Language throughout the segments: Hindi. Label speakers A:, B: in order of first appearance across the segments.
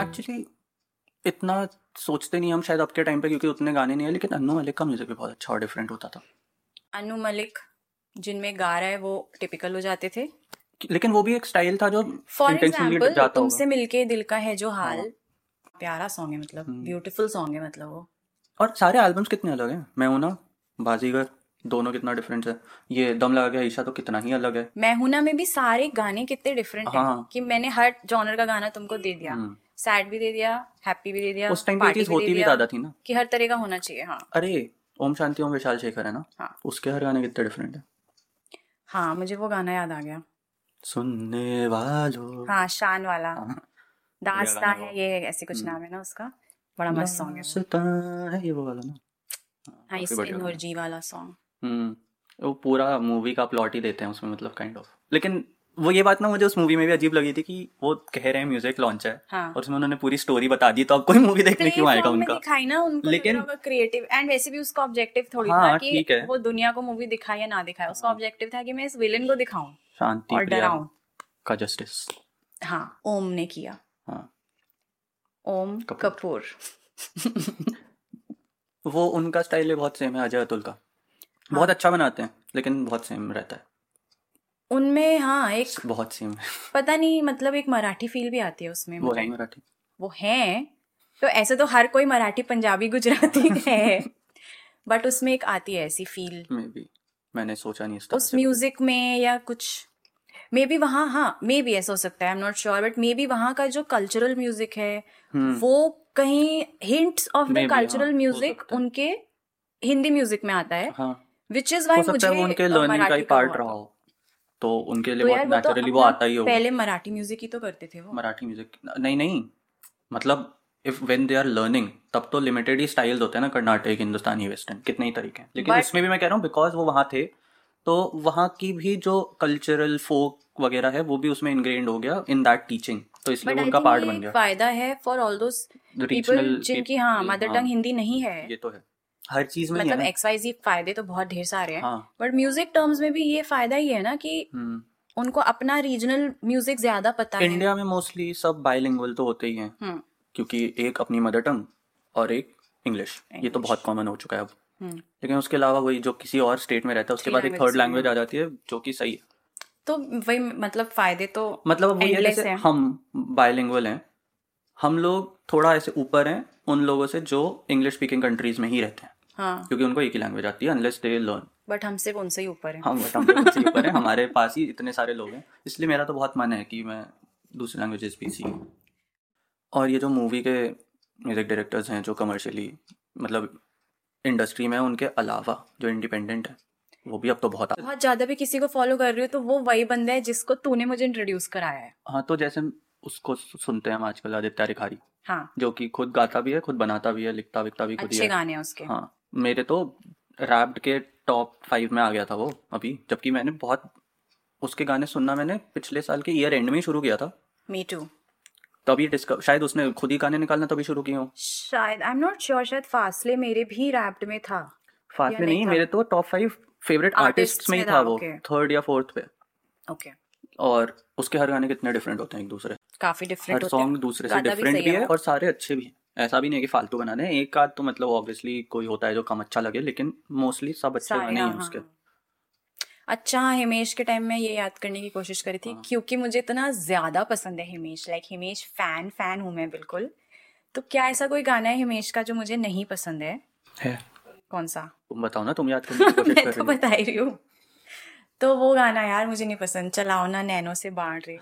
A: एक्चुअली इतना सोचते नहीं हम शायद आपके टाइम पे क्योंकि उतने गाने नहीं है लेकिन अन्नू मलिक का म्यूजिक भी बहुत अच्छा और डिफरेंट होता था
B: अनु मलिक जिनमें गा रहा है वो टिपिकल हो जाते थे
A: लेकिन वो भी एक स्टाइल था जो
B: फॉर
A: Intentionally
B: एग्जाम्पल
A: जाता होगा।
B: तुमसे मिलके दिल का है जो हाल
A: हाँ।
B: प्यारा सॉन्ग है मतलब
A: हम्म।
B: ब्यूटीफुल सॉन्ग है मतलब वो
A: और सारे एल्बम्स कितने अलग हैं मैं हूं ना बाजीगर दोनों कितना डिफरेंट है ये दम लगा गया ईशा तो कितना ही अलग है
B: मैं हूं ना में भी सारे गाने कितने डिफरेंट हैं
A: हाँ।
B: कि मैंने हर जॉनर का गाना तुमको दे दिया
A: हम्म।
B: सैड भी दे दिया हैप्पी भी दे दिया
A: उस टाइम पे ये
B: party
A: चीज
B: भी
A: होती
B: दे
A: भी
B: दिया,
A: ज्यादा थी ना
B: कि हर तरह का होना चाहिए हाँ
A: अरे ओम शांति ओम विशाल शेखर है ना
B: हाँ।
A: उसके हर गाने कितने डिफरेंट है
B: हाँ मुझे वो गाना याद आ गया
A: सुनने वालों
B: हाँ शान वाला
A: हाँ।
B: दास्ता
A: गाना
B: है
A: वो।
B: ये ऐसे कुछ
A: हम्म।
B: नाम है ना उसका बड़ा मस्त सॉन्ग है वो।
A: रास्ता है ये वो वाला ना
B: हाँ
A: काफी
B: इस
A: बढ़िया गाना है।
B: इनर्जी वाला सॉन्ग
A: हम्म वो पूरा मूवी का प्लॉट ही देते हैं उसमें मतलब काइंड ऑफ लेकिन वो ये बात ना मुझे उस मूवी में भी अजीब लगी थी कि वो कह रहे हैं म्यूजिक लॉन्च है
B: हाँ
A: और उसमें उन्होंने पूरी स्टोरी बता दी तो अब कोई मूवी देखने क्यों आएगा उनका
B: दिखाई ना उनको
A: लेकिन-
B: लेकिन क्रिएटिव एंड वैसे भी उसका ऑब्जेक्टिव थोड़ी
A: हाँ,
B: था कि
A: ठीक है।
B: वो दुनिया को मूवी दिखाए या ना दिखाए उसका
A: हाँ।
B: ऑब्जेक्टिव था कि मैं इस विलन को दिखाऊं
A: शांति
B: और
A: प्रिया
B: डराऊं
A: का जस्टिस
B: हाँ ओम ने किया
A: हाँ
B: ओम
A: कपूर।
B: कपूर
A: वो उनका स्टाइल भी बहुत सेम है अजय अतुल का बहुत
B: हाँ।
A: अच्छा बनाते हैं लेकिन बहुत सेम रहता है
B: उनमें हाँ एक
A: बहुत सेम है
B: पता नहीं मतलब एक मराठी फील भी आती है उसमें
A: वो है
B: मतलब
A: मराठी
B: वो हैं तो ऐसे तो हर कोई मराठी पंजाबी गुजराती है बट उसमें एक आती है ऐसी फील
A: मे बी मैंने सोचा नहीं इस तरह
B: उस
A: से।
B: म्यूजिक में या कुछ मे बी वहाँ हाँ मे बी ऐसा हो सकता है I am not sure but maybe वहाँ का जो कल्चरल म्यूजिक है
A: हम्म,
B: वो कहीं हिंट्स ऑफ
A: Maybe,
B: द
A: हाँ,
B: कल्चरल
A: हो
B: म्यूजिक
A: सकता है।
B: उनके हिंदी म्यूजिक में आता है
A: हाँ
B: विच इज
A: हो
B: वाई
A: सकता
B: मुझे
A: है वो उनके
B: अ,
A: लर्निंग का ही
B: मराठी का
A: पार्ट
B: बहुत-
A: रहा हो तो उनके लिए
B: तो
A: बहुत
B: यार वो तो
A: नेचुरली वो
B: अपना
A: आता ही होगा
B: पहले मराठी म्यूजिक ही तो करते थे वो
A: मराठी म्यूजिक नहीं नहीं मतलब if when they are learning तब तो लिमिटेड ही स्टाइल्स होते हैं ना कर्नाटक हिंदुस्तानी वेस्टर्न कितने ही तरीके हैं लेकिन
B: But-
A: इसमें भी मैं कह रहा हूँ बिकॉज वो वहाँ थे तो वहाँ की भी जो कल्चरल फोक वगैरह है वो भी उसमें इनग्रेंड हो गया इन दैट टीचिंग तो इसलिए
B: बट
A: वो
B: आई
A: उनका
B: थिंक
A: पार्ट
B: ये
A: बन
B: एक
A: गया
B: फायदा है for all those
A: regional
B: people जिनकी हाँ मदर टंग हिंदी नहीं है
A: ये तो है हर चीज में ही है
B: मतलब
A: ना।
B: एक्स वाई जी फायदे तो बहुत ढेर सारे हैं
A: हाँ
B: बट म्यूजिक टर्म्स में भी ये फायदा ही है ना कि
A: हम्म
B: उनको अपना रीजनल म्यूजिक ज्यादा पता है
A: इंडिया में मोस्टली सब बाइलिंगुअल तो होते ही हैं
B: हम्म,
A: क्योंकि एक अपनी मदर टंग और एक इंग्लिश ये तो
B: English।
A: बहुत कॉमन हो चुका है अब
B: हम्म।
A: लेकिन उसके अलावा वही जो किसी और स्टेट में रहता है उसके
B: Three
A: बाद एक
B: languages
A: थर्ड लैंग्वेज आ जाती है जो कि सही है
B: तो वही मतलब फायदे तो
A: मतलब वो ये है
B: Endless
A: जैसे
B: है।
A: हम बायलिंगुअल हैं हम लोग थोड़ा ऐसे ऊपर हैं उन लोगों से जो इंग्लिश स्पीकिंग कंट्रीज में ही रहते हैं
B: हाँ
A: क्योंकि उनको एक ही लैंग्वेज आती है अनलेस दे लर्न
B: बट हम सिर्फ उनसे ही ऊपर है
A: हम but हम लोग उनसे ऊपर हैं हमारे पास ही इतने सारे लोग हैं इसलिए मेरा तो बहुत मन है कि मैं दूसरी लैंग्वेजेस भी सीखूं और ये जो मूवी के म्यूजिक डायरेक्टर्स हैं जो कमर्शियली मतलब इंडस्ट्री में हैं, उनके अलावा जो इंडिपेंडेंट है वो भी अब तो बहुत
B: बहुत ज्यादा भी किसी को फॉलो कर रही हो तो वो वही बंदा है जिसको तूने मुझे इंट्रोड्यूस कराया है
A: हाँ तो जैसे हम उसको सु- सुनते हैं हम आजकल आदित्य रिखारी
B: हाँ
A: जो कि खुद गाता भी है खुद बनाता भी है लिखता विकता भी खुद ही
B: अच्छे
A: है
B: गाने हैं उसके
A: हाँ मेरे तो रैप्ड के टॉप फाइव में आ गया था वो अभी जबकि मैंने बहुत उसके गाने सुनना मैंने पिछले साल के ईयर एंड में ही शुरू किया था
B: मी टू
A: तभी डिस्कवर शायद उसने खुद ही गाने निकालना तभी शुरू किए हों
B: शायद आई एम नॉट श्योर शायद फासले मेरे भी रैप्ड में था
A: फासले
B: नहीं
A: नहीं
B: था।
A: मेरे तो top five favourite artist
B: Artists
A: में ही
B: में
A: था
B: था,
A: वो
B: okay.
A: थर्ड या फोर्थ पे
B: ओके
A: और उसके हर गाने कितने डिफरेंट होते हैं एक दूसरे
B: काफी डिफरेंट
A: हर
B: होते
A: सॉन्ग
B: हैं
A: दूसरे से
B: गाता भी
A: डिफरेंट
B: सही
A: भी
B: है
A: है
B: वो।
A: और सारे अच्छे भी हैं ऐसा भी नहीं है कि फालतू बनाने हैं एक आध तो मतलब ऑब्वियसली कोई होता है जो कम अच्छा लगे लेकिन मोस्टली सब अच्छे
B: सारे
A: गाने ही
B: हाँ,
A: हैं उसके
B: हाँ। अच्छा हाँ, हिमेश के टाइम में ये याद करने की कोशिश करी थी
A: हाँ।
B: क्योंकि मुझे इतना ज्यादा पसंद है Himesh like Himesh fan fan हूं मैं बिल्कुल तो क्या ऐसा कोई गाना है हिमेश का जो मुझे नहीं पसंद है
A: है
B: कौन सा
A: तुम बताओ ना तुम याद करने की कोशिश
B: मैं
A: कर
B: तो
A: रही
B: बता ही रही हूँ तो वो गाना यार मुझे नहीं पसंद चलाओ ना नैनो से बाढ़ रही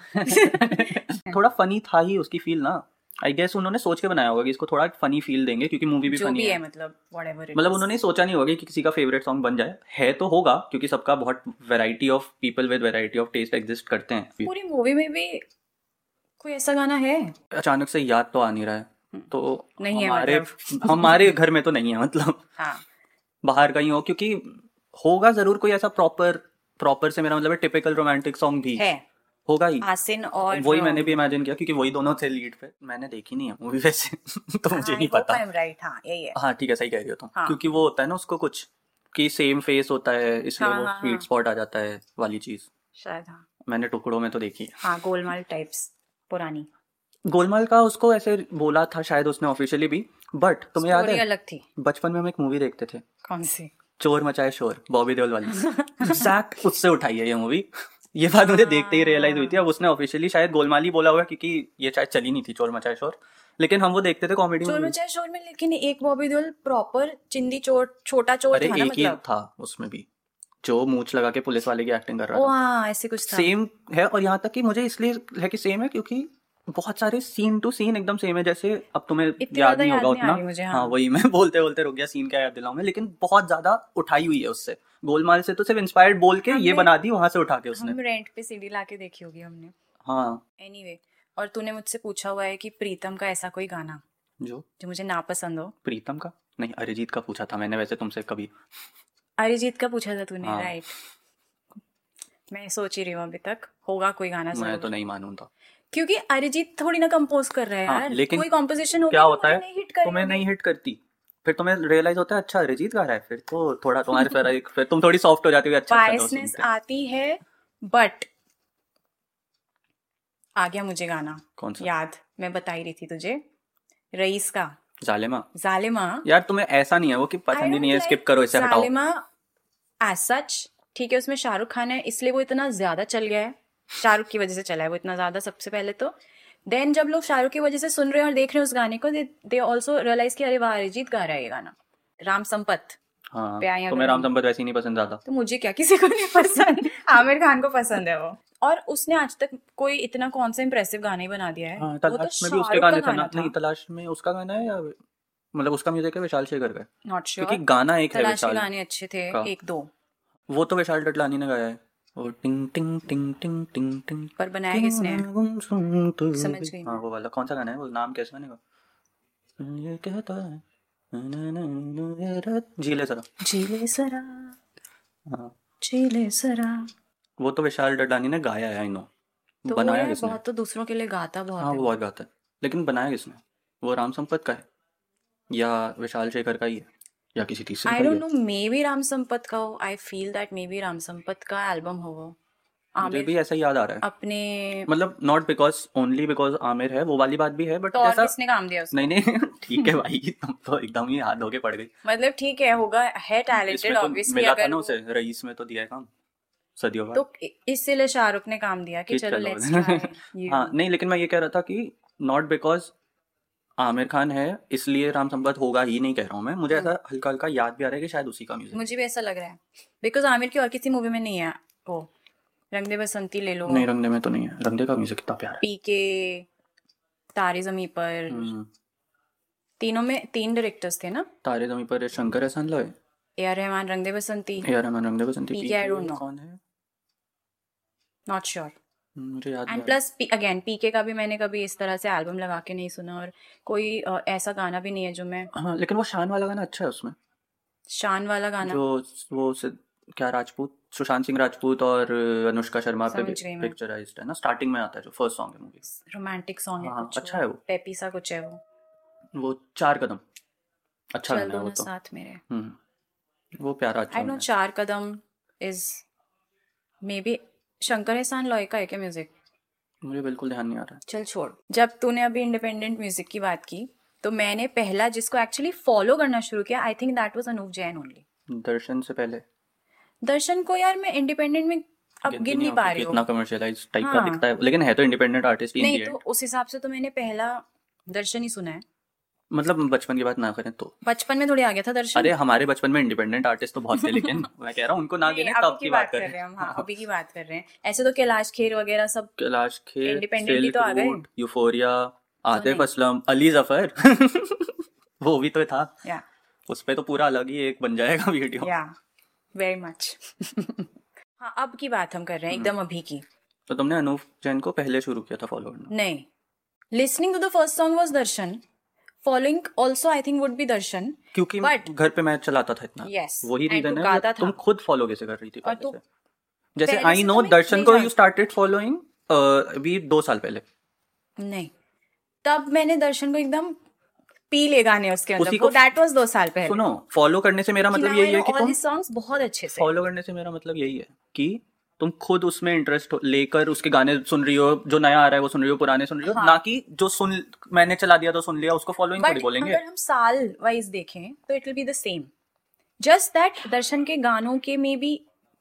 A: हो थोड़ा फनी था ही उसकी फील ना आई गेस उन्होंने सोच के बनाया होगा कि इसको थोड़ा फनी फील देंगे क्योंकि मूवी भी
B: जो
A: फनी
B: भी है
A: है
B: मतलब व्हाटएवर
A: मतलब उन्होंने सोचा नहीं होगा कि किसी का फेवरेट सॉन्ग बन जाए है तो होगा क्योंकि सबका बहुत variety of people with variety of taste exist करते हैं
B: पूरी मूवी में भी कोई ऐसा गाना है
A: अचानक से याद तो आ नहीं रहा है तो
B: हम्म। नहीं है
A: हमारे
B: मतलब।
A: हमारे घर में तो नहीं है मतलब
B: हाँ
A: बाहर कहीं हो क्योंकि होगा जरूर कोई ऐसा प्रॉपर प्रॉपर से मेरा मतलब है टिपिकल रोमांटिक सॉन्ग भी
B: है हाँ,
A: होगा ही
B: आसिन और
A: वही मैंने भी इमेजिन किया क्योंकि वही दोनों थे लीड पे मैंने देखी नहीं है मूवी वैसे तो मुझे नहीं पता
B: आई एम राइट हाँ यही है
A: हाँ ठीक है सही कह रही हो तुम
B: हाँ।
A: क्योंकि वो होता है ना उसको कुछ कि सेम फेस होता है इसलिए
B: हाँ,
A: वो
B: हाँ, हाँ।
A: स्वीट स्पॉट आ जाता है वाली चीज
B: शायद हाँ
A: मैंने टुकड़ों में तो देखी है
B: हाँ गोलमाल टाइप्स पुरानी
A: गोलमाल का उसको ऐसे बोला था शायद उसने ऑफिशियली भी बट तुम्हें याद
B: Story
A: है
B: अलग थी
A: बचपन में हम एक मूवी देखते थे
B: कौन सी
A: चोर मचाए शोर बॉबी देओल वाली सैक उससे उठाई है ये मूवी ये बात मुझे देखते ही रियलाइज हुई थी अब उसने ऑफिशियली शायद गोलमाल ही बोला हुआ है, क्योंकि ये शायद चली नहीं थी चोर मचाए शोर लेकिन हम वो देखते थे कॉमेडी
B: चोर
A: में
B: मचाए शोर में लेकिन एक बॉबी देओल प्रॉपर चिंदी चोर छोटा चोर
A: अरे
B: था ना
A: एक ही
B: मतलब
A: था उसमें भी जो मूछ लगा के पुलिस वाले की एक्टिंग कर
B: ओ
A: रहा था
B: हाँ ऐसे कुछ था
A: सेम है और यहाँ तक कि मुझे इसलिए है कि सेम है क्योंकि बहुत सारे सीन टू सीन एकदम सेम है जैसे अब तुम्हें
B: इतनी
A: याद
B: ज्यादा
A: नहीं
B: याद
A: होगा
B: नहीं आ
A: उतना
B: रही मुझे
A: हाँ
B: हाँ
A: वही मैं बोलते बोलते रुक गया सीन क्या याद दिलाऊं मैं लेकिन बहुत ज्यादा उठाई हुई है उससे गोलमाल से तो सिर्फ इंस्पायर्ड बोल के ये
B: हमने-
A: बना दी वहां से उठा के उसने
B: हम रेंट पे सीडी लाके देखी होगी हमने
A: हाँ
B: एनीवे और तूने मुझसे पूछा हुआ है कि प्रीतम का ऐसा कोई गाना
A: जो
B: जो मुझे नापसंद हो
A: प्रीतम का नहीं अरिजीत का पूछा था मैंने वैसे तुमसे कभी
B: अरिजीत का पूछा था तूने
A: हाँ।
B: राइट मैं सोच ही रही हूँ अभी तक होगा कोई गाना
A: मैं तो
B: जरूर
A: नहीं मानूंगा
B: क्योंकि अरिजीत थोड़ी ना कंपोज कर रहा है
A: हाँ,
B: यार
A: लेकिन
B: कोई कंपोजिशन होगी
A: क्या
B: तो
A: होता है,
B: मुझे नहीं हिट करेगी
A: तुम्हें नहीं हिट करती फिर तुम्हें रियलाइज होता है अच्छा अरिजीत गा रहा है फिर तो थोड़ा तुम्हारे फिर एक- फिर तुम थोड़ी सॉफ्ट हो जाती हो अच्छा अच्छा, तो
B: बायसनेस
A: सुनते हैं।
B: आती है बट आ गया मुझे गाना
A: कौन सा
B: याद मैं बता ही रही थी तुझे रईस का
A: जालिमा
B: जालिमा
A: यार तुम्हें ऐसा नहीं है वो कि पसंद ही नहीं है स्किप करो इसे हटाओ
B: जालिमा एज सच ठीक है उसमें शाहरुख खान है इसलिए वो इतना ज्यादा चल गया है शाहरुख की वजह से चला है वो इतना ज्यादा सबसे पहले तो देन जब लोग शाहरुख की वजह से सुन रहे हैं और देख रहे हैं उस गाने को दे ऑल्सो रियलाइज कि अरे वाह अरिजीत गा रहा है ये गाना राम संपत
A: हाँ
B: पे आए अगर
A: तुम्हें राम
B: हम-
A: संपत वैसे ही नहीं पसंद ज्यादा
B: तो मुझे क्या किसी को नहीं पसंद आमिर खान को पसंद है वो और उसने आज तक कोई इतना कौन सा इम्प्रेसिव गाना ही बना दिया है
A: हाँ
B: वो तो
A: तलाश में भी उसके
B: शाहरुख का
A: गाने थे
B: गाना
A: ना
B: था
A: नहीं तलाश में उसका गाना है या मतलब उसका म्यूजिक है विशाल शेखर का
B: नॉट
A: क्योंकि
B: श्योर
A: गाना एक है
B: तलाश के
A: विशाल
B: गाने अच्छे थे
A: का।
B: एक दो
A: वो तो विशाल डटलानी ने गाया है वो टिंग टिंग टिंग टिंग टिंग टिंग
B: पर बनाया किसने है? समझ गई
A: हाँ
B: मैं।
A: वो वाला कौन सा गाना है वो नाम कैसे गाने का ये कहता है ना, ना, ना, ना, ये रात- जी ले सरा
B: झीले सरा
A: हाँ
B: झीले सरा
A: वो तो विशाल डटलानी ने गाया है आई नो
B: तो वो
A: बनाया
B: यार
A: किसने
B: बहुत तो दूसरों के लिए गाता बहुत
A: हाँ
B: है
A: वो बहुत गाता है लेकिन बनाया किसने वो राम संपत का है या विशाल शेखर का ही है या किसी तीसरे
B: आई
A: का ही
B: डोंट
A: है
B: know maybe Ram Sampat का हो I feel that maybe Ram Sampat का एल्बम हो वो
A: मुझे
B: आमिर
A: भी ऐसा ही याद आ रहा है
B: अपने
A: मतलब not because only because Aamir है वो वाली बात भी है बट
B: तो और
A: ऐसा
B: किसने काम दिया उसको
A: नहीं नहीं ठीक है भाई तुम तो एकदम ही हाथ धोके पड़ गई
B: मतलब ठीक है होगा है
A: इसमें
B: टैलेंटेड
A: तो
B: ऑब्वियसली
A: मिला था
B: अगर
A: ना
B: वो-
A: उसे रईस में तो दिया है काम सदियों बाद
B: तो इ- इसलिए शाहरुख ने काम दिया कि
A: कि
B: चलो
A: चलो।
B: लेट्स
A: हाँ नहीं लेकिन मैं ये कह रहा था कि नॉट बिकॉज आमिर खान है इसलिए राम संपत होगा ही नहीं कह रहा हूँ मैं मुझे
B: हम्म।
A: ऐसा हल्का हल्का याद भी आ रहा है कि शायद उसी का म्यूजिक
B: मुझे भी ऐसा लग रहा है बिकॉज आमिर की और किसी मूवी में नहीं है वो रंग दे बसंती ले लो
A: नहीं रंगने में तो नहीं है रंगने का म्यूजिक कितना प्यारा है
B: पीके तारे जमी पर
A: हम्म,
B: तीनों में तीन डायरेक्टर्स थे ना
A: तारे जमी पर शंकर एहसान लॉय
B: ए R Rahman Rang De Basanti
A: A R Rahman रंगने बसंती
B: ठीक
A: पी
B: है, I
A: के
B: don't know.
A: कौन है हम्म,
B: नॉट श्योर
A: मुझे याद
B: एंड
A: नहीं
B: प्लस अगेन पीके का भी मैंने कभी इस तरह से एल्बम लगा के नहीं सुना और कोई अ, ऐसा गाना भी नहीं है जो मैं
A: हाँ लेकिन वो शान वाला गाना अच्छा है उसमें
B: शान वाला गाना
A: जो वो सिद- क्या राजपूत सुशांत सिंह राजपूत और अनुष्का शर्मा पे
B: समझ गई मैं।
A: पिक्चराइज्ड है ना स्टार्टिंग में आता है जो फर्स्ट सॉन्ग है मूवी
B: रोमांटिक सॉन्ग है
A: हाँ,
B: कुछ
A: अच्छा है वो।
B: पेपी सा कुछ है वो
A: वो चार कदम अच्छा
B: चल
A: गाना है
B: दो
A: वो
B: ना
A: तो
B: साथ मेरे
A: हम्म वो प्यारा अच्छा
B: आई नो
A: गाना है।
B: चार कदम is maybe Shankar Ehsaan Loy का है क्या म्यूजिक
A: मुझे बिल्कुल ध्यान नहीं आ रहा है
B: चल छोड़ जब तूने अभी इंडिपेंडेंट म्यूजिक की बात की तो मैंने पहला जिसको एक्चुअली फॉलो करना शुरू किया I think that was Anoop Jain only
A: Darshan से पहले
B: दर्शन को यार मैं इंडिपेंडेंट में अब
A: गिनती
B: गिन नहीं
A: होती
B: पा
A: कि
B: रही हूँ
A: इतना कमर्शियलाइज टाइप का
B: हाँ।
A: दिखता है लेकिन है तो इंडिपेंडेंट आर्टिस्ट इन
B: नहीं तो उस हिसाब से तो मैंने पहला दर्शन ही सुना है तो-
A: मतलब बचपन की बात ना करें तो
B: बचपन में थोड़ी आ गया था दर्शन
A: अरे हमारे बचपन में इंडिपेंडेंट आर्टिस्ट तो बहुत थे लेकिन मैं कह रहा हूँ उनको ना
B: नहीं,
A: गिने
B: अभी
A: तब की बात
B: कर
A: करें
B: रहे हैं हम हाँ अभी की बात कर रहे हैं ऐसे तो कैलाश खेर वगैरह सब
A: कैलाश खेर
B: Independent भी
A: सिल्क
B: तो आ गए।
A: रूट यूफोरिया आतिफ
B: नहीं।
A: असलम अली जफर वो भी तो था
B: या
A: उस पे तो पूरा अलग ही एक बन जाएगा वीडियो
B: या वेरी मच हाँ अब की बात हम कर रहे हैं एकदम अभी की
A: तो तुमने अनूप जैन को पहले शुरू किया था फॉलो करना
B: नहीं listening to the first song was Darshan following also I think would be Darshan
A: क्योंकि
B: But-
A: घर पे मैं चलाता था इतना
B: Yes.
A: वही
B: And
A: रीजन
B: तू
A: है
B: गाता
A: वो तुम
B: था।
A: खुद फॉलो कैसे कर रही थी
B: और
A: पहले
B: तू
A: से? जैसे
B: पहले
A: आई
B: से
A: नो
B: तुम्हें
A: दर्शन
B: नहीं
A: को
B: जानती।
A: यू स्टार्टेड फॉलोइंग अभी दो साल पहले
B: नहीं तब मैंने दर्शन को एकदम पी ले गाने उसके
A: उसी
B: मतलब
A: को-
B: वो दैट वाज दो साल पहले
A: सुनो फॉलो करने से मेरा मतलब यही है कि
B: ऑल
A: तुम
B: हिज सॉन्ग्स बहुत अच्छे से
A: फॉलो करने से मेरा मतलब यही है कि तुम खुद उसमें इंटरेस्ट लेकर उसके गाने सुन रही हो जो नया आ रहा है वो सुन रही हो पुराने सुन रही हो
B: हाँ।
A: ना कि जो सुन मैंने चला दिया तो सुन लिया उसको फॉलोइंग थोड़ी
B: बट
A: बोलेंगे
B: अगर हम साल वाइज देखें तो it will be the same just that Darshan के गानों के मे बी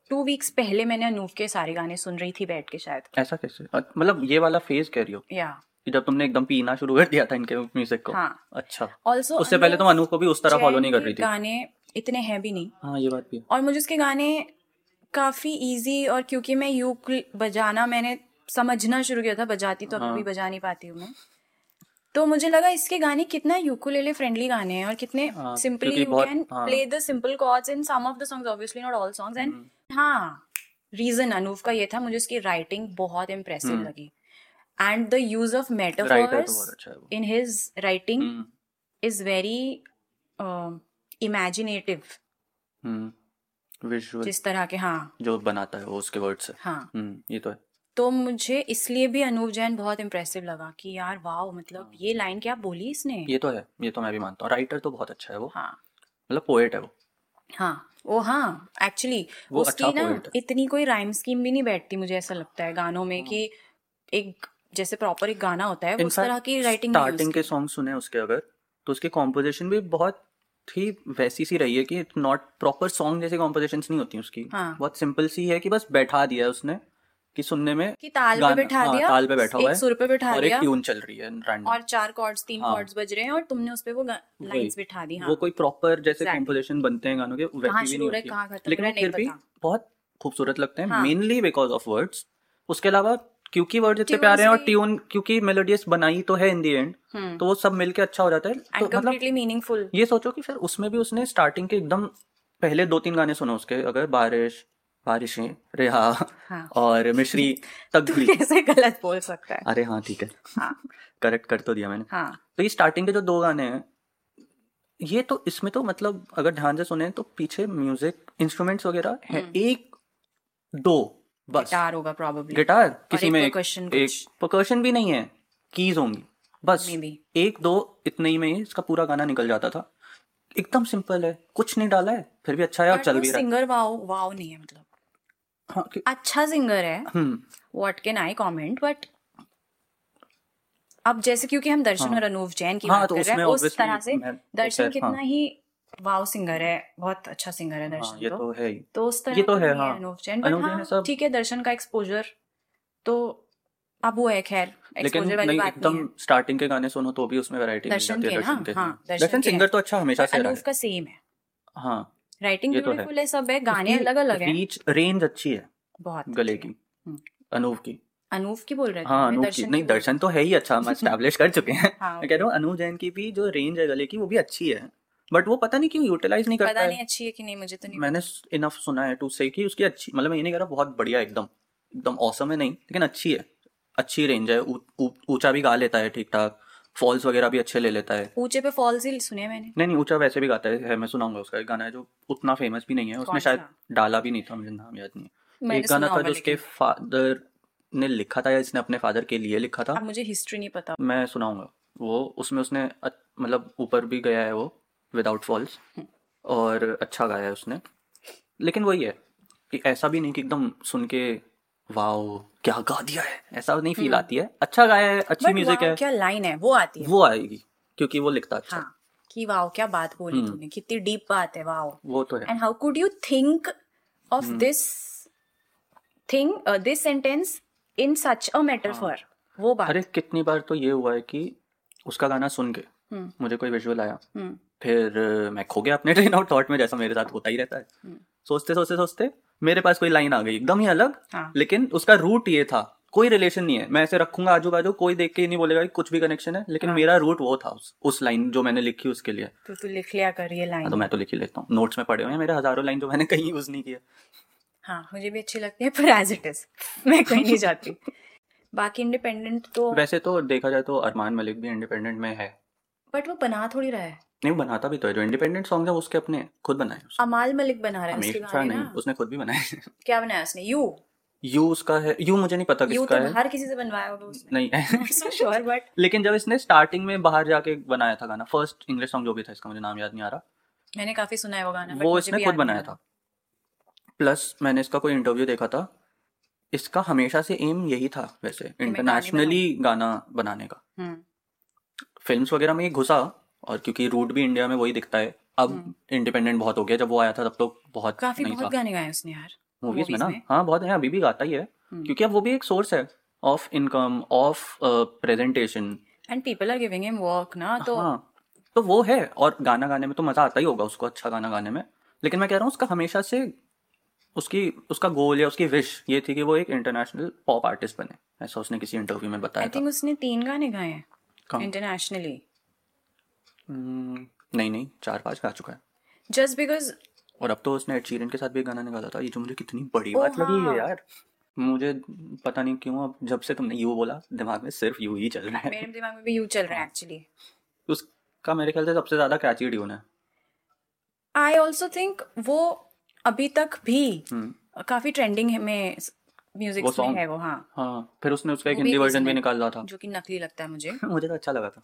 B: टू वीक्स पहले मैंने अनूप के सारे गाने सुन रही थी बैठ के शायद
A: ऐसा कैसे अ- मतलब ये वाला फेज कह रही हो
B: या
A: कि जब तुमने एकदम पीना शुरू कर दिया था इनके म्यूजिक को
B: हाँ।
A: अच्छा
B: ऑल्सो
A: उससे पहले तुम अनूप को भी उस तरह फॉलो नहीं कर रही थी
B: गाने इतने हैं भी नहीं
A: हाँ ये बात भी है
B: और मुझे उसके गाने काफ़ी इजी और क्योंकि मैं यूक बजाना मैंने समझना शुरू किया था बजाती तो
A: हाँ।
B: अभी भी बजा नहीं पाती हूँ मैं तो मुझे लगा इसके गाने कितना यूकुलेले फ्रेंडली गाने हैं और कितने
A: हाँ,
B: सिंपली
A: क्योंकि
B: यू
A: बहुत-
B: कैन
A: हाँ।
B: Play the simple chords in some of the songs obviously not all songs and
A: hmm.
B: हाँ रीजन अनूप का ये था मुझे उसकी राइटिंग बहुत इम्प्रेसिव
A: हम्म।
B: लगी and the use of
A: writer तो बहुत
B: मेटाफर्स
A: अच्छा है वो
B: in his writing
A: hmm,
B: is very uh, imaginative
A: hmm visual
B: जिस तरह के हाँ
A: जो बनाता है वो उसके वर्ड से
B: हाँ
A: हम्म ये तो है
B: तो मुझे इसलिए भी अनूप जैन बहुत इम्प्रेसिव लगा कि यार वाह मतलब ये लाइन क्या बोली इसने
A: हाँ। ये तो है ये तो मैं भी मानता हूँ राइटर तो बहुत अच्छा है वो
B: हाँ
A: मतलब पोएट है वो
B: हाँ ओ हाँ एक्चुअली
A: वो
B: उसकी
A: अच्छा
B: ना
A: poet है। हाँ।
B: इतनी कोई राइम स्कीम भी नहीं बैठती मुझे ऐसा लगता है गानों में कि एक जैसे प्रॉपर एक गाना होता है वो उस तरह की राइटिंग
A: स्टार्टिंग के सॉन्ग सुने उसके अगर तो उसकी कॉम्पोजिशन भी बहुत ही वैसी सी रही है कि नॉट प्रॉपर सॉन्ग जैसी कॉम्पोजिशन नहीं होती उसकी
B: हाँ।
A: बहुत सिंपल सी है कि बस बैठा दिया है उसने कि सुनने में
B: कि ताल पे
A: गाना-
B: बैठा
A: हाँ,
B: दिया
A: ताल पे बैठा हुआ
B: एक
A: है
B: सुर पे बैठा
A: और
B: दिया
A: एक ट्यून चल रही है random।
B: और चार कॉर्ड्स तीन
A: हाँ।
B: कॉर्ड्स बज रहे हैं और तुमने उस पे वो लाइंस
A: वही।
B: बिठा दी हाँ
A: वो कोई प्रॉपर जैसे
B: Exactly.
A: कॉम्पोजिशन बनते हैं गानों के
B: कहाँ
A: वैसी भी
B: शुरू
A: नहीं
B: हो रहा है,
A: होती
B: कहाँ खत्म हो
A: लेकिन
B: रहा
A: वो
B: है,
A: फिर
B: नहीं
A: भी बहुत खूबसूरत लगते हैं
B: हाँ।
A: मेनली बिकॉज ऑफ वर्ड्स उसके अलावा क्योंकि वर्ड इतने
B: Tunes
A: प्यारे हैं और
B: भी-
A: ट्यून क्योंकि मेलोडियस बनाई तो है इन दी एंड
B: हम्म
A: तो वो सब मिलके अच्छा हो जाता है तो
B: एंड
A: मतलब
B: कम्प्लीटली मीनिंगफुल
A: ये सोचो कि फिर उसमें भी उसने स्टार्टिंग के एकदम पहले दो तीन गाने सुने उसके अगर बारिश बारिशें रेहा
B: हाँ। तो
A: और मिश्री तगड़ी
B: कैसे गलत बोल सकता है
A: अरे हाँ ठीक है
B: हाँ
A: करेक्ट कर तो दिया मैंने
B: हाँ
A: तो ये स्टार्टिंग के जो दो गाने हैं ये तो इसमें तो मतलब अगर ध्यान से सुने तो पीछे म्यूजिक इंस्ट्रूमेंट्स वगैरह है
B: हम्म।
A: एक दो बस
B: गिटार होगा probably
A: गिटार किसी
B: एक
A: में
B: percussion
A: एक
B: कुछ।
A: percussion भी नहीं है कीज होंगी बस
B: Maybe.
A: एक दो इतने ही में ही इसका पूरा गाना निकल जाता था एकदम सिंपल है कुछ नहीं डाला है फिर भी अच्छा है और
B: बट
A: चल
B: वो
A: भी रहा है
B: सिंगर वाओ वाओ नहीं है मतलब
A: हाँ, कि-
B: अच्छा सिंगर है
A: hmm,
B: what can I comment but अब जैसे क्योंकि हम दर्शन और अनूप जैन की
A: हाँ,
B: बात
A: तो
B: कर रहे हैं
A: उसमें
B: उस
A: obviously
B: तरह से
A: मैं-
B: दर्शन
A: हाँ।
B: कितना ही वाओ सिंगर है बहुत अच्छा सिंगर है
A: हाँ,
B: दर्शन
A: ये
B: तो
A: तो है ही
B: तो उस तरह
A: ये तो
B: का
A: है,
B: नहीं
A: हाँ।
B: अनूप जैन
A: अनूप
B: बट
A: जैन है
B: हाँ
A: सब-
B: ठीक है दर्शन का एक्सपोजर तो अब वो है खैर
A: लेकिन
B: एक्सपोजर वाली
A: नहीं
B: बात नहीं
A: एकदम
B: है
A: स्टार्टिंग के गाने सुनो तो भी उसमें वैरायटी मिल
B: दर्शन
A: जाती है
B: के,
A: दर्शन
B: हाँ,
A: के
B: हाँ,
A: हाँ।
B: दर्शन
A: दर्शन
B: के
A: सिंगर तो अच्छा हमेशा से रहा
B: अनूप
A: है
B: का सेम है
A: हाँ
B: राइटिंग
A: ये तो है।
B: ब्यूटीफुल है सब है गाने अलग अलग है
A: रीच रेंज अच्छी है
B: बहुत
A: गले
B: अच्छे
A: की
B: हम्म।
A: अनूप की
B: हैं। अनूप की बोल रहे थे
A: हाँ
B: मैं
A: अनूप की नहीं
B: बोल रही
A: दर्शन तो है ही अच्छा हम स्टैब्लिश कर चुके हैं
B: हाँ,
A: मैं कह रहा हूँ अनूप जैन की भी जो रेंज है गले की वो भी अच्छी है बट वो पता नहीं क्यों यूटिलाइज नहीं
B: थी।
A: तो करता
B: पता नहीं
A: है
B: अच्छी है कि नहीं मुझे तो नहीं
A: मैंने इनफ सुना है टू से कि उसकी अच्छी मतलब मैं ये नहीं कह रहा बहुत बढ़िया एकदम एकदम औसम है नहीं लेकिन अच्छी है अच्छी रेंज है ऊ- ऊ- ऊंचा भी गा लेता है ठीक ठाक फॉल्स वगैरह भी अच्छे ले लेता है
B: ऊंचे पे फॉल्स ही सुने हैं मैंने
A: नहीं नहीं ऊंचा वैसे भी गाता है, है मैं सुनाऊंगा उसका एक गाना है जो उतना फेमस भी नहीं है उसने
B: कौन
A: शायद
B: सा?
A: डाला भी नहीं था मुझे नाम याद नहीं है।
B: मैंने
A: एक गाना
B: सुना
A: था
B: होगा
A: जो उसके
B: लेकिन।
A: फादर ने लिखा था या इसने अपने फादर के लिए लिखा था
B: अब मुझे हिस्ट्री नहीं पता
A: मैं सुनाऊंगा वो उसमें उसने अ- मतलब ऊपर भी गया है वो विदाउट फॉल्स और अच्छा गाया है उसने लेकिन वही है कि ऐसा भी नहीं कि एकदम सुन के वाओ क्या गा दिया है ऐसा नहीं फील आती है अच्छा गाया है अच्छी
B: बट
A: म्यूजिक है
B: हम्म। क्या लाइन है वो आती है
A: वो आएगी क्योंकि वो लिखता अच्छा है।
B: हाँ कि वाओ क्या बात बोली
A: हम्म।
B: तूने कितनी डीप बात है वाओ
A: वो तो है
B: and how could you think of
A: hmm.
B: This thing this sentence in such a metaphor वो बात
A: हाँ। अरे कितनी बार तो ये हुआ है कि उसका गाना सुन के
B: हम्म,
A: मुझे कोई विजुअल आया
B: हम्म,
A: फिर अ, मैं खो गया अपने ट्रेन आउट थॉट में जैसा मेरे साथ होता ही रहता है
B: हम्म।
A: सोचते सोचते सोचते मेरे पास कोई लाइन आ गई एकदम ही अलग
B: हाँ।
A: लेकिन उसका रूट ये था कोई रिलेशन नहीं है मैं ऐसे रखूंगा आजू बाजू कोई देख के ही नहीं बोलेगा कि कुछ भी कनेक्शन है
B: हाँ।
A: लेकिन मेरा रूट वो था उस, उस लाइन जो मैंने लिखी उसके लिए
B: तो तू लिख लिया कर ये
A: हाँ,
B: लाइन
A: तो मैं तो लिख ही लेता हूँ नोट्स में पड़े हुए हैं मेरे हजारों लाइन जो मैंने कहीं यूज नहीं किया
B: हाँ मुझे भी अच्छी लगती है पर एज इट इज मैं कहीं नहीं जाती बाकी इंडिपेंडेंट तो
A: वैसे तो देखा जाए तो अरमान मलिक भी इंडिपेंडेंट में है
B: बट वो बना थोड़ी रहा है
A: नहीं वो बनाता भी तो है जो इंडिपेंडेंट सॉन्ग है वो उसके अपने हैं, खुद बनाए उसने।
B: अमाल मलिक बना रहा है उसके
A: हमेशा
B: हाँ, गाने
A: तो नहीं
B: ना
A: उसने खुद भी बनाए
B: क्या बनाया उसने यू
A: यू उसका है यू मुझे नहीं पता
B: यू
A: किसका
B: तो
A: है
B: हर किसी से बनवाया होगा उसने
A: नहीं है
B: श्योर बट
A: लेकिन जब इसने स्टार्टिंग में बाहर जाके बनाया था गाना फर्स्ट इंग्लिश सॉन्ग जो भी था इसका मुझे नाम याद नहीं आ रहा
B: मैंने काफी सुना है वो गाना but
A: वो
B: मुझे
A: इसने
B: भी
A: खुद
B: याद नहीं
A: बनाया
B: आ रहा।
A: था प्लस मैंने इसका कोई इंटरव्यू देखा था इसका हमेशा से एम यही था वैसे
B: मैं गाने
A: इंटरनेशनली गाना बनाने का
B: हम्म,
A: फिल्म्स वगैरह में ये घुसा और क्योंकि रूट भी इंडिया में वही दिखता है अब
B: हम्म।
A: इंडिपेंडेंट बहुत हो गया जब वो आया था तब तो बहुत
B: काफी
A: नहीं
B: बहुत
A: था
B: गाने गाए उसने यार हम्म,
A: मूवीज में
B: movies
A: ना
B: में।
A: हाँ बहुत है अभी भी गाता ही है क्योंकि अब वो भी एक सोर्स है of income of presentation
B: and people are giving him work ना तो
A: हाँ तो वो है और गाना गाने में तो मजा आता ही होगा उसको अच्छा गाना गाने में लेकिन मैं कह रहा हूँ उसका हमेशा से उसकी उसका गोल या उसकी विश ये थी कि वो एक इंटरनेशनल पॉप आर्टिस्ट बने ऐसा उसने किसी इंटरव्यू में
B: आई
A: बताया था हाँ।
B: थिंक उसने तीन गाने गाए हैं
A: कम
B: इंटरनेशनली
A: हम्म, नहीं नहीं चार पांच गा चुका है
B: जस्ट बिकॉज
A: और अब तो उसने एड शीरन के साथ भी एक गाना निकाला था ये जो मुझे कितनी बड़ी
B: ओ,
A: बात लगी है
B: हाँ।
A: यार मुझे पता नहीं क्यों अब जब से तुमने यू बोला दिमाग में सिर्फ यू ही चल रहा है
B: मेरे दिमाग में भी यू चल
A: हाँ।
B: रहा है एक्चुअली
A: उसका मेरे ख्याल से सबसे ज्यादा कैची ट्यून है
B: आई ऑल्सो थिंक वो अभी तक भी
A: हम्म,
B: काफी ट्रेंडिंग में म्यूजिक
A: वो
B: में
A: song?
B: है वो हाँ
A: हाँ फिर उसने उसका एक
B: वो भी
A: हिंदी वर्जन भी
B: किसने?
A: निकाला था
B: जो कि नकली लगता है मुझे
A: मुझे तो अच्छा लगा था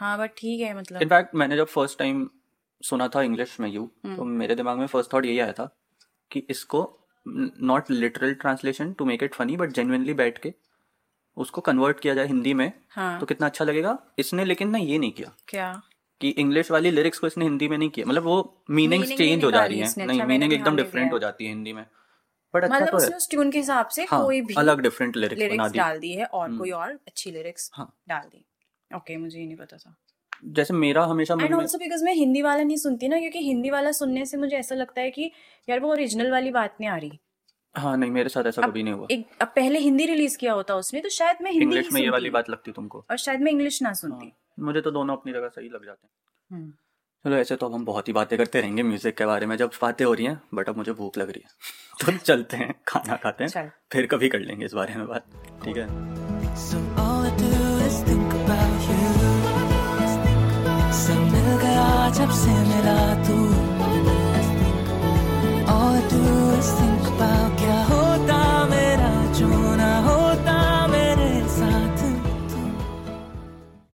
B: हाँ बट ठीक है मतलब
A: इनफैक्ट मैंने जब फर्स्ट टाइम सुना था इंग्लिश में यू
B: हम्म।
A: तो मेरे दिमाग में फर्स्ट थॉट यही आया था कि इसको not literal translation to make it funny but genuinely बैठ के उसको कन्वर्ट किया जाए हिंदी में
B: हाँ
A: तो कितना अच्छा लगेगा इसने लेकिन ना ये नहीं किया
B: क्या
A: कि इंग्लिश वाली लिरिक्स को इसने हिंदी में नहीं किया मतलब वो मीनिंग्स
B: Meaning नहीं
A: चेंज हो जा
B: निकाली
A: रही
B: इसने,
A: है नहीं
B: अच्छा, मैंने
A: मीनिंग
B: ध्यान
A: एकदम
B: नहीं
A: डिफरेंट
B: दिया।
A: हो जाती है हिंदी में बट अच्छा
B: मतलब
A: तो है
B: उसने उस ट्यून के हिसाब से
A: हाँ
B: कोई भी
A: अलग डिफरेंट लिरिक्स बना
B: लिरिक्स
A: दी
B: डाल दी है और
A: हम्म।
B: कोई और अच्छी लिरिक्स
A: हाँ।
B: डाल दी ओके मुझे ये नहीं पता था
A: जैसे मेरा हमेशा मन
B: एंड
A: में
B: ऑल्सो बिकॉज मैं हिंदी वाला नहीं सुनती ना क्योंकि हिंदी वाला सुनने से मुझे ऐसा लगता है कि यार वो ओरिजिनल वाली बात नहीं आ रही
A: हाँ नहीं मेरे साथ ऐसा
B: अब
A: कभी नहीं हुआ
B: एक अब पहले हिंदी रिलीज किया होता उसने तो शायद मैं हिंदी
A: इंग्लिश
B: ही
A: में ये वाली
B: सुनती
A: बात लगती तुमको
B: और शायद मैं इंग्लिश ना सुनती
A: हाँ, मुझे तो दोनों अपनी जगह सही लग जाते हैं
B: हम्म।
A: चलो ऐसे तो अब हम बहुत ही बातें करते रहेंगे म्यूजिक के बारे में जब बातें हो रही हैं बट अब मुझे भूख लग रही है तो चलते हैं खाना खाते हैं
B: चल
A: फिर कभी कर लेंगे इस बारे में बात ठीक है
C: So all I do is think about you. So nigga, I just send